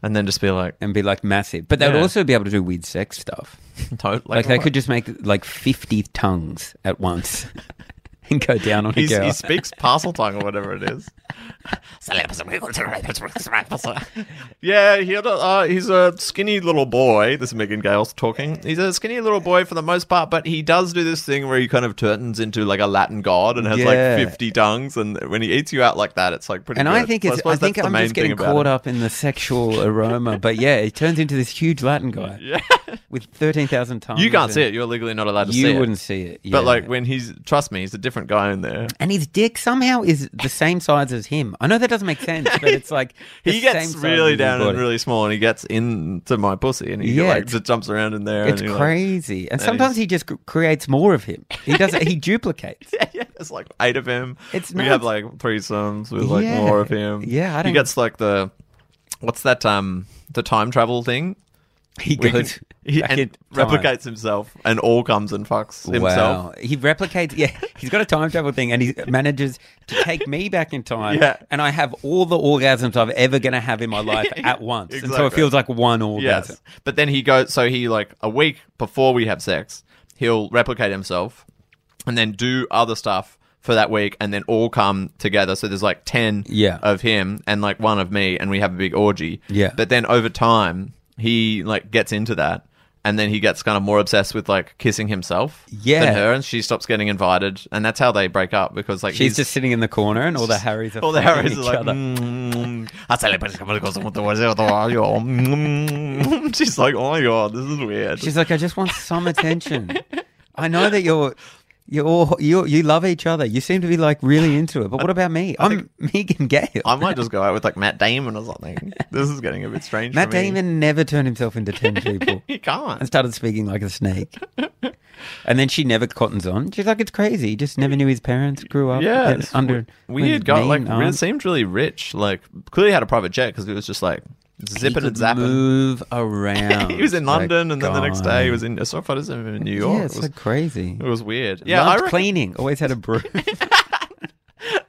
and then just be like, and be like massive, but they'd Yeah. also be able to do weird sex stuff. totally. Like, they could just make like fifty tongues at once and go down on He's, a girl. he speaks parcel tongue or whatever it is. yeah, he, uh, he's a skinny little boy. This is Megan Gale's talking. He's a skinny little boy for the most part, but he does do this thing where he kind of turns into like a Latin god and has Yeah. like 50 tongues. And when he eats you out like that, it's like pretty And good. I think So it's, I suppose think that's the I'm main just getting thing about caught it. up in the sexual aroma, but yeah, it turns into this huge Latin guy with thirteen thousand times. You can't see it. You're legally not allowed to see You it. wouldn't see it, But yeah. like when he's, trust me, he's a different guy in there. And his dick somehow is the same size as him. I know that doesn't make sense, but it's like the He gets same size as really his down and body. really small, and he gets into my pussy, and he Yeah, like it's- just jumps around in there. It's and you're crazy, and sometimes is- he just c- creates more of him. He does. He duplicates. Like, yeah, yeah, it's like eight of him. It's we have nuts. like threesomes with like Yeah. more of him. Yeah, I he don't- gets like the what's that um the time travel thing. He We can- goes. he back and in time. replicates himself, and all comes and fucks himself. Wow. He replicates, yeah, he's got a time travel thing and he manages to take me back in time. Yeah. And I have all the orgasms I've ever going to have in my life at once. And so it Exactly. feels like one orgasm. Yes. But then he goes, so he, like, a week before we have sex, he'll replicate himself and then do other stuff for that week and then all come together. So there's like 10 Yeah. of him and like one of me and we have a big orgy. Yeah. But then over time, he, like, gets into that. And then he gets kind of more obsessed with like kissing himself Yeah. than her, and she stops getting invited, and that's how they break up because like She's he's- just sitting in the corner and all the Harrys are all the fucking Harrys are each like, other. "Mm, I tell you, but it's gonna cause someone to watch it, otherwise you're, mm." She's like, oh my god, this is weird. She's like, I just want some attention. I know that you're. You're all, you you love each other. You seem to be like really into it. But what about me? I'm Megan Gale. I might just go out with like Matt Damon or something. This is getting a bit strange. Matt for me. Damon never turned himself into ten people. he and can't. started speaking like a snake. and then she never cottons on. She's like, it's crazy. He just never knew his parents grew up. Yeah, and it's under we- weird with guy. mean Like, really aunts. seemed really rich. Like, clearly had a private jet because it was just like He zipping could and zapping. Move around. he was in Like, London, and then the next day he God. was in. I saw photos of him in New York. Yeah, it, it's was, like crazy. it was weird. Yeah, I Loved reckon- cleaning. Always had a broom.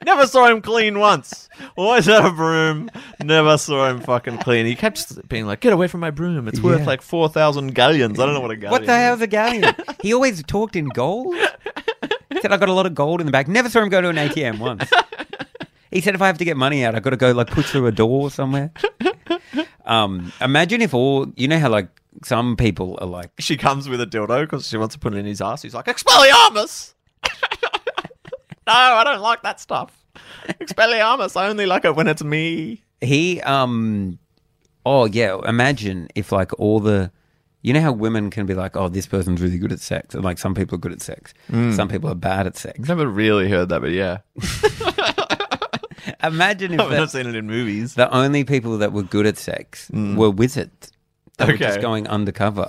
Never saw him clean once. Always had a broom. Never saw him fucking clean. He kept being like, "Get away from my broom! It's worth Yeah. like four thousand galleons." I don't know what a galleon. what the is. hell's a galleon? he always talked in gold. said I got a lot of gold in the bag. Never saw him go to an ATM once. he said if I have to get money out, I got to go like push through a door somewhere. Um, imagine if all you know how like some people are like She comes with a dildo because she wants to put it in his ass. He's like, Expelliarmus! no, I don't like that stuff. Expelliarmus, I only like it when it's me. he um oh yeah imagine if like all the you know how women can be like oh this person's really good at sex and like some people are good at sex some people are bad at sex Never really heard that, but yeah. imagine if I've that- not seen it in movies. the only people that were good at sex were wizards that were just Mm. Okay. going undercover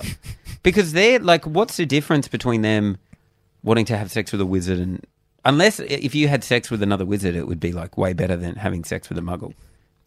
because they're like what's the difference between them wanting to have sex with a wizard and unless if you had sex with another wizard it would be like way better than having sex with a muggle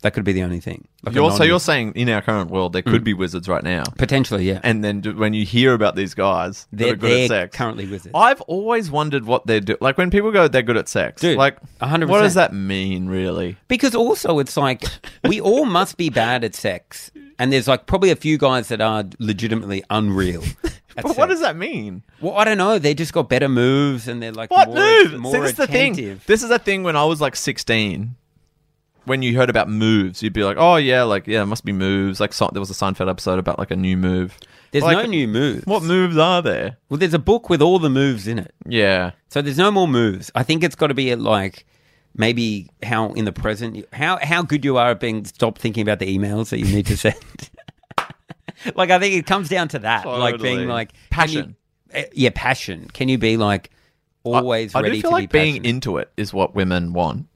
that could be the only thing like You're, so anonymous- you're saying in our current world, there could be wizards right now. potentially yeah And then d- when you hear about these guys that They're- are good at they're sex, currently wizards. I've always wondered what they're doing. Like when people go, they're good at sex. Dude, like, 100%. what does that mean, really? Because also, it's like we all must be bad at sex, and there's like probably a few guys that are legitimately unreal. at But what sex. does that mean? Well, I don't know. They just got better moves, and they're like What more, moves? More See, this is the thing. attentive. This is the thing. When I was like sixteen, when you heard about moves, you'd be like, "Oh yeah, like yeah, it must be moves." Like so, there was a Seinfeld episode about like a new move. There's Like, no new moves. What moves are there? Well, there's a book with all the moves in it, Yeah, so there's no more moves. I think it's got to be at like maybe how in the present, you- how how good you are at being. Stop thinking about the emails that you need to send. like I think it comes down to that, like Totally. being like can you- passion. Uh, yeah, passion. Can you be like I- always I, ready do feel to like be being passionate? into it is what women want.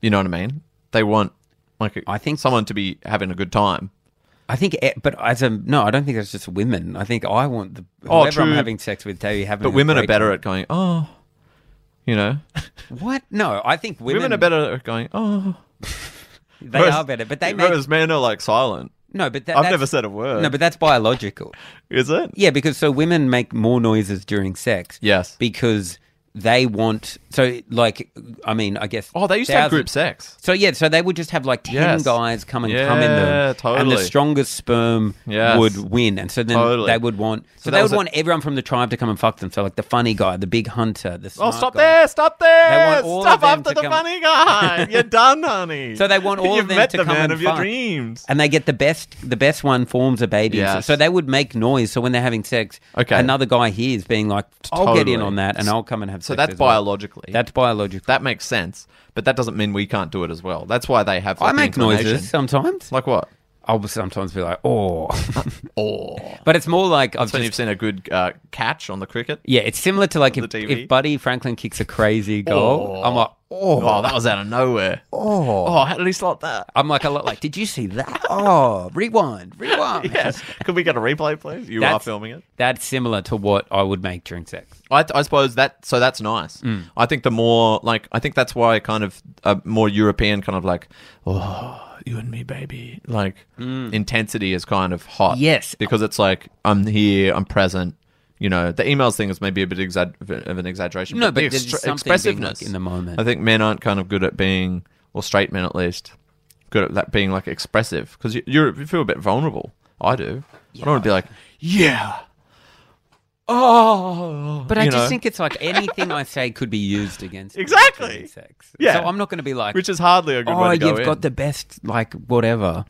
You know what I mean? They want like a, I think- someone to be having a good time. I think, eh, but as a no, I don't think that's just women. I think I want the Oh, whoever I'm true. having sex with, they having. But a women are great better time. at going, oh, you know, what? No, I think women, women, are better at going, oh. They Whereas- are better, but they make whereas men are like silent. no. But that, I've that's- never said a word. No, but that's biological. Is it? Yeah, because so women make more noises during sex. Yes. because they want. So, like, I mean, I guess. Oh, they used to have thousands- group sex. So yeah, so they would just have like ten Yes. guys come and come in Yeah, them, and the totally. strongest sperm Yes. would win, and so then Totally. they would want, so, that they was would a- want everyone from the tribe to come and fuck them. So like the funny guy, the big hunter, the Oh, smart stop guy. there! Stop there! They want all Stop of them after to the come- funny guy. You're done, honey. So they want all You've of them met to the come man and of your fuck. dreams. And they get the best. The best one forms a baby. So- Yes. So they would make noise. So when they're having sex, Okay. another guy hears being like, "I'll get in Totally. on that, and I'll come and have So sex." that's as well. biologically. That's biological. that makes sense, but that doesn't mean we can't do it as well. That's why they have. Like, I the make inclination. noises sometimes. Like what? I'll sometimes be like, "Oh," but it's more like I've That's when just you've seen a good uh, catch on the cricket. Yeah, it's similar to like The if, TV. if Buddy Franklin kicks a crazy goal, Oh. I'm like, Oh, that was out of nowhere. Oh, how did he slot that? I'm like a lot like, did you see that? Oh, rewind, rewind. Yes. Could we get a replay, please? You are filming it. That's similar to what I would make during sex. I, I suppose that so that's nice. I think the more like I think that's why kind of a more European kind of like oh you and me baby like Mm. intensity is kind of hot. Yes. because it's like I'm here, I'm present. You know, the emails thing is maybe a bit exa- of an exaggeration. No, but the there's extra- something being, like, expressiveness in the moment. I think men aren't kind of good at being, or straight men at least, good at that being like expressive because you, you're, you feel a bit vulnerable. I do. I don't want to be like yeah. Oh, But I you just know? think it's like anything I say could be used against me Exactly. during sex. Yeah. So I'm not going to be like, which is hardly a good oh, way to you've go in. got the best, like whatever.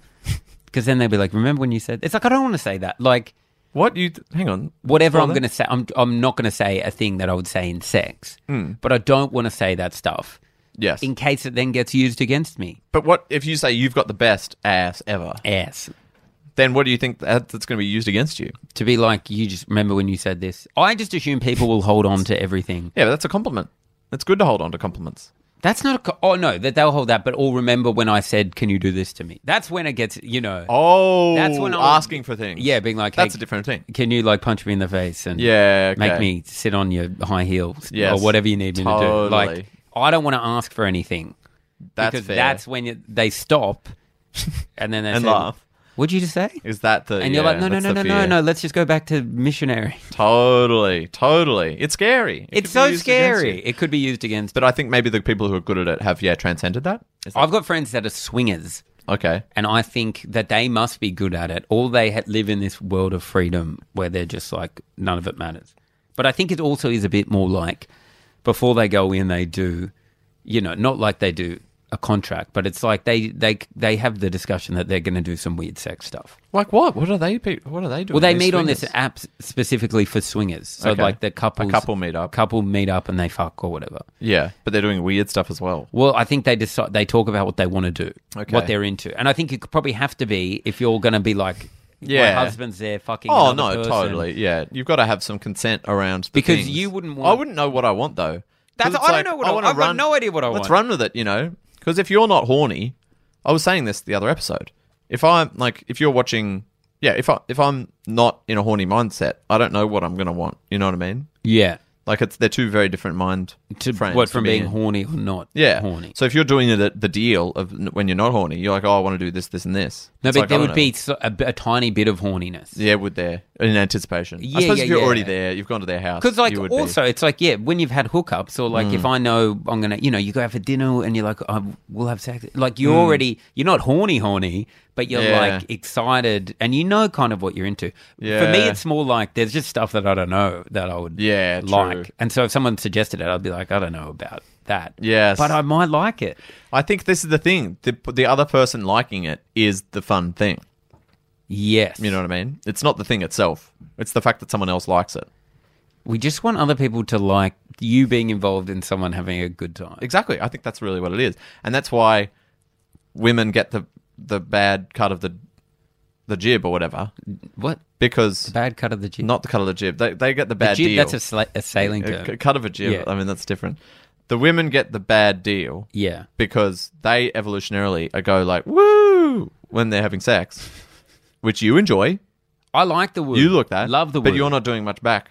Because then they'll be like, remember when you said? It's like I don't want to say that. Like what you th- hang on whatever Well, I'm then- going to say, I'm I'm not going to say a thing that I would say in sex. Hmm. But I don't want to say that stuff yes in case it then gets used against me. but what if you say you've got the best ass ever Yes. then what do you think that, that's going to be used against you to be like you just remember when you said this i just assume people will hold on to everything yeah but that's a compliment it's good to hold on to compliments that's not a co- oh no that they'll hold that but all remember when i said can you do this to me that's when it gets you know oh That's when I was- asking for things yeah being like that's hey, a different thing can you like punch me in the face and yeah okay. make me sit on your high heels Yes. or whatever you need me Totally. to do like i don't want to ask for anything that's because fair. that's when you, they stop and then they And say, laugh. what'd you just say is that the and you're like yeah, no no that's no the no no fear. no let's just go back to missionary totally totally it's scary it's It could be so used against scary you. it could be used against but I think maybe the people who are good at it have yeah transcended that. Is that I've got friends that are swingers, okay and I think that they must be good at it. All they ha- live in this world of freedom where they're just like none of it matters. But I think it also is a bit more like before they go in, they do, you know, not like they do a contract, but it's like they they they have the discussion that they're going to do some weird sex stuff. Like what? What are they? pe- What are they doing? Well, they These meet on this swingers? app s- specifically for swingers. So Okay. like the A couples, couple meet up. couple meet up, and they fuck or whatever. Yeah, but they're doing weird stuff as well. Well, I think they decide they talk about what they want to do, Okay. what they're into, and I think you could probably have to be if you're going to be like, Yeah. my husband's there fucking. Oh no, another person. totally. Yeah, you've got to have some consent around the Because things. you wouldn't I want- wouldn't know what I want though. 'Cause That's- it's I don't know what I- wanna I've got no idea what I Let's want. run with it. You know, because if you're not horny, I was saying this the other episode. If I'm like, if you're watching, yeah, if I if I'm not in a horny mindset, I don't know what I'm gonna want. You know what I mean? Yeah, Like it's they're two very different mind to frames what to from be being in. horny or not? Yeah, horny. So if you're doing the, the deal of n- when you're not horny, you're like, oh, I want to do this, this, and this. No, It's but like, "Oh, I there don't would know. be so- a, a tiny bit of horniness. Yeah, would there in anticipation? Yeah, I suppose yeah, if you're yeah. already there, you've gone to their house. Because like you would be. Mm. also it's like yeah when you've had hookups or like if I know I'm gonna you know you go out for dinner and you're like I we'll have sex like you're already you're not horny horny but you're Mm. Yeah. like excited and you know kind of what you're into. For me Yeah. it's more like there's just stuff that I don't know that I would Yeah, true. like and so if someone suggested it I'd be like I don't know about that Yes. but I might like it. I think this is the thing. The, the other person liking it is the fun thing. Yes, You know what I mean? It's not the thing itself. It's the fact that someone else likes it. we just want other people to like you being involved in someone having a good time. Exactly. I think that's really what it is, and that's why women get the the bad cut of the the jib or whatever What because bad cut of the jib? not the cut of the jib. They, they get the the bad jib. deal. That's a, sla- a sailing A term. c- cut of a jib. Yeah. I mean, that's different. The women get the bad deal. Yeah. because they evolutionarily are go like woo when they're having sex, which you enjoy. I like the woo. You look that Love the woo. but you're not doing much back.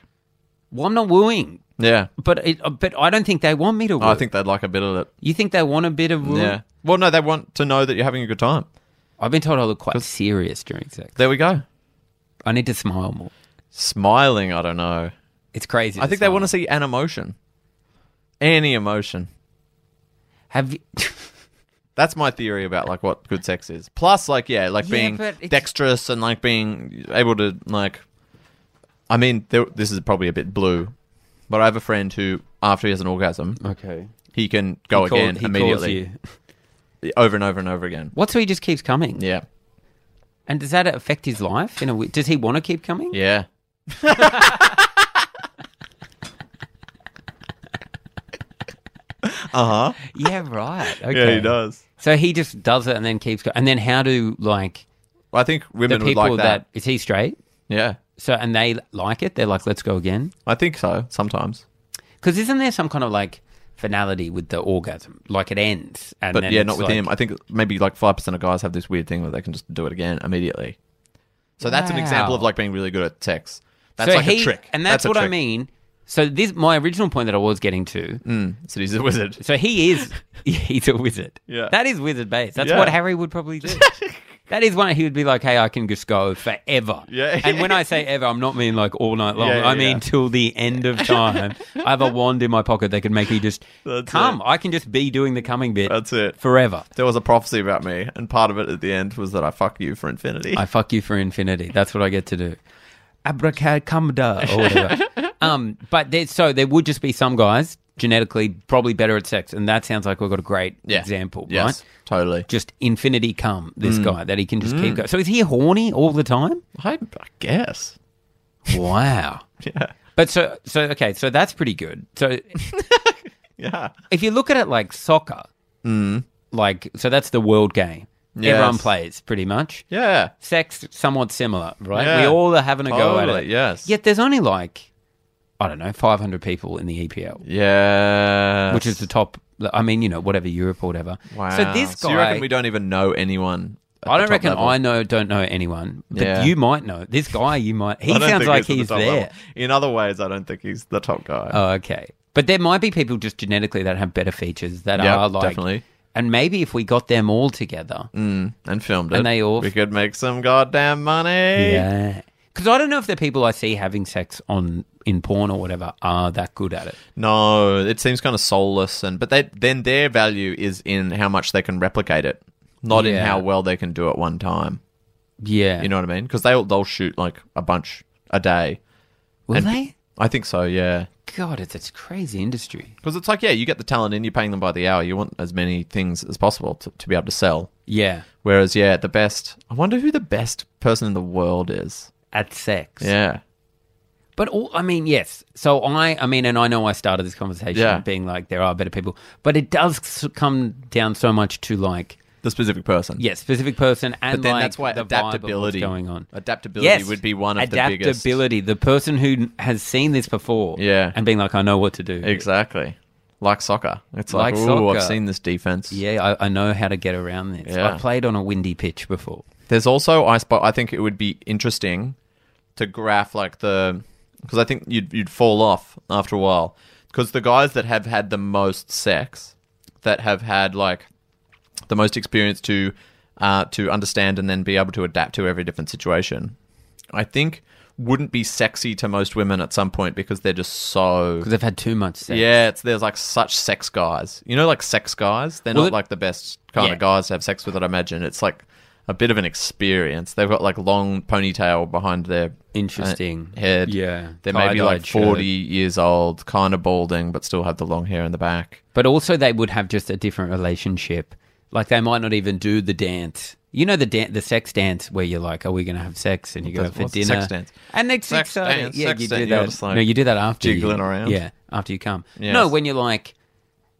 Well, I'm not wooing, Yeah, but it, uh, but I don't think they want me to woo. I think they'd like a bit of it. you think they want a bit of woo. Yeah. Well, no, they want to know that you're having a good time. I've been told I look quite serious during sex. There we go. I need to smile more. Smiling, I don't know. It's crazy. I think they want to see an emotion, any emotion. have. You, That's my theory about like what good sex is. Plus, like yeah, like Yeah, but being it's- dexterous and like being able to like. I mean, there, this is probably a bit blue, but I have a friend who, after he has an orgasm, okay. he can go He called- again he calls immediately, you. over and over and over again. What? So he just keeps coming. Yeah, And does that affect his life? In a way? does he want to keep coming? yeah. Yeah, right. Okay. does. So he just does it and then keeps going. And then how do like I think the women would people like that. that is he straight? Yeah, So and they like it. They're like, let's go again. I think so. Sometimes, Because isn't there some kind of like finality with the orgasm? Like it ends, and but then yeah, it's not with like- him. I think maybe like five percent of guys have this weird thing where they can just do it again immediately. So that's an example of Wow. like being really good at sex. That's so like he, a trick, and that's, a what I trick. mean. So this my original point that I was getting to. So he's a wizard. So he is he's a wizard. Yeah. that is wizard base. That's Yeah. what Harry would probably do. that is one he would be like, hey, I can just go forever. Yeah. and when I say ever, I'm not mean like all night long. Yeah, yeah, I mean yeah. till the end of time. I have a wand in my pocket that can make me just That's come. it. I can just be doing the coming bit. That's it. forever. There was a prophecy about me, and part of it at the end was that I fuck you for infinity. I fuck you for infinity. That's what I get to do. Abracadabra or whatever. um, but there, so there would just be some guys genetically probably better at sex, and that sounds like we've got a great Yeah. example, Yes, Mm. right? Totally. Just infinity come this guy that he can just keep going. So is he horny all the time? I, I guess. Wow. Yeah. But so so okay, so that's pretty good. So Yeah. if you look at it like soccer, like so that's the world game. Mm. Yes. Everyone plays pretty much. Yeah. sex somewhat similar, right? Yeah. We all are having a go at Totally, it. yes. Yet there's only like I don't know, 500 people in the EPL, Yeah. which is the top. I mean, you know, whatever Europe or whatever. wow. So this guy, So you reckon we don't even know anyone? at I the don't top reckon level? I know, don't know anyone, but Yeah. you might know this guy. You might. He I don't sounds think like at the he's top there. level. In other ways, I don't think he's the top guy. Oh, okay. But there might be people just genetically that have better features that Yep, are like. definitely. Mm. And maybe if we got them all together, and filmed it. And they all- We could make some goddamn money. yeah. Because I don't know if the people I see having sex on in porn or whatever are that good at it. No, it seems kind of soulless, and but they, then their value is in how much they can replicate it, not in Yeah. how well they can do it one time. Yeah, You know what I mean? Because they'll they'll shoot like a bunch a day. Will and- they? I think so. Yeah, God, it's it's crazy industry. Because it's like, yeah, you get the talent in, you're paying them by the hour. You want as many things as possible to, to be able to sell. Yeah, Whereas, yeah, the best. I wonder who the best person in the world is. at sex. Yeah. But all, I mean, yes. So I, I mean, and I know I started this conversation Yeah. being like there are better people, but it does s- come down so much to like, The specific person. yeah, specific person and But then like that's why the vibe of what's adaptability going on. Adaptability would be one of the biggest. adaptability. The person who has seen this before, Yeah. and being like, I know what to do. Exactly. Like soccer. It's like, Like ooh, soccer. I've seen this defense. Yeah, I, I know how to get around this. Yeah. I've played on a windy pitch before. There's also I spot. I think it would be interesting to graph like the because I think you'd you'd fall off after a while because the guys that have had the most sex that have had like the most experience to uh, to understand and then be able to adapt to every different situation. I think wouldn't be sexy to most women at some point because they're just so Because I've had too much sex. yeah, it's there's like such sex guys. You know, like sex guys. They're Well, not it- like the best kind Yeah. of guys to have sex with. I'd imagine it's like a bit of an experience. They've got like long ponytail behind their Interesting. uh, head. Yeah. they're maybe like Tie-dyed shirt. forty years old, kind of balding, but still have the long hair in the back. But also, they would have just a different relationship. Like they might not even do the dance. You know the dan- the sex dance where you're like, "Are we going to have sex?" And you go That's- for what's the dinner. sex dance? And it's Sex exciting. dance, yeah, sex you do dance, you're that. just like no, you do that after jiggling you, around. Yeah, after you come. Yes. No, when you're like,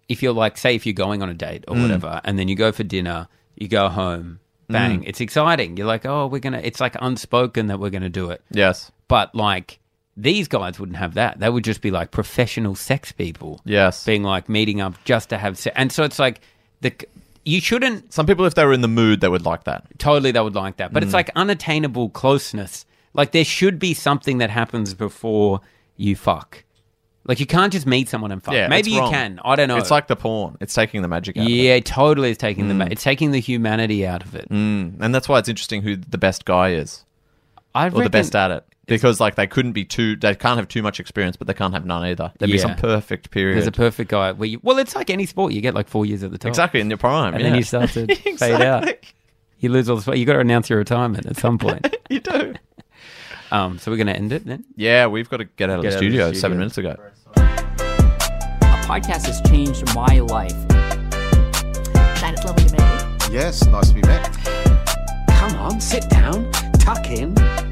if you're like, say, if you're going on a date Mm. or whatever, and then you go for dinner, you go home, bang, it's exciting. You're like, "Oh, we're gonna." It's like unspoken that we're gonna do it. Yes, But like these guys wouldn't have that. They would just be like professional sex people yes. being like meeting up just to have sex. And so it's like the you shouldn't Some people, if they were in the mood, they would like that. totally they would like that, but Mm. it's like unattainable closeness. Like there should be something that happens before you fuck. Like you can't just meet someone and fuck. Yeah, Maybe it's you wrong. can. I don't know. It's like Mm. the porn. It's taking the magic out. of it. yeah, totally. It's taking the the it's taking the humanity out of it. and that's why it's interesting who the best guy is. I or the best reckon- at it because like they couldn't be too they can't have too much experience but they can't have none either there'd be Yeah. some perfect period There's a perfect guy where you, well, it's like any sport. You get like four years at the top, exactly in your prime and yeah. then you start to fade out. You lose all the sport. You got to announce your retirement at some point. you do um, so we're gonna end it then. yeah we've got to get out of Get out of the the studio studio. seven minutes ago A podcast has changed my life. Shane, it's lovely to meet you. Yes, nice to be back. Come on, sit down, tuck in.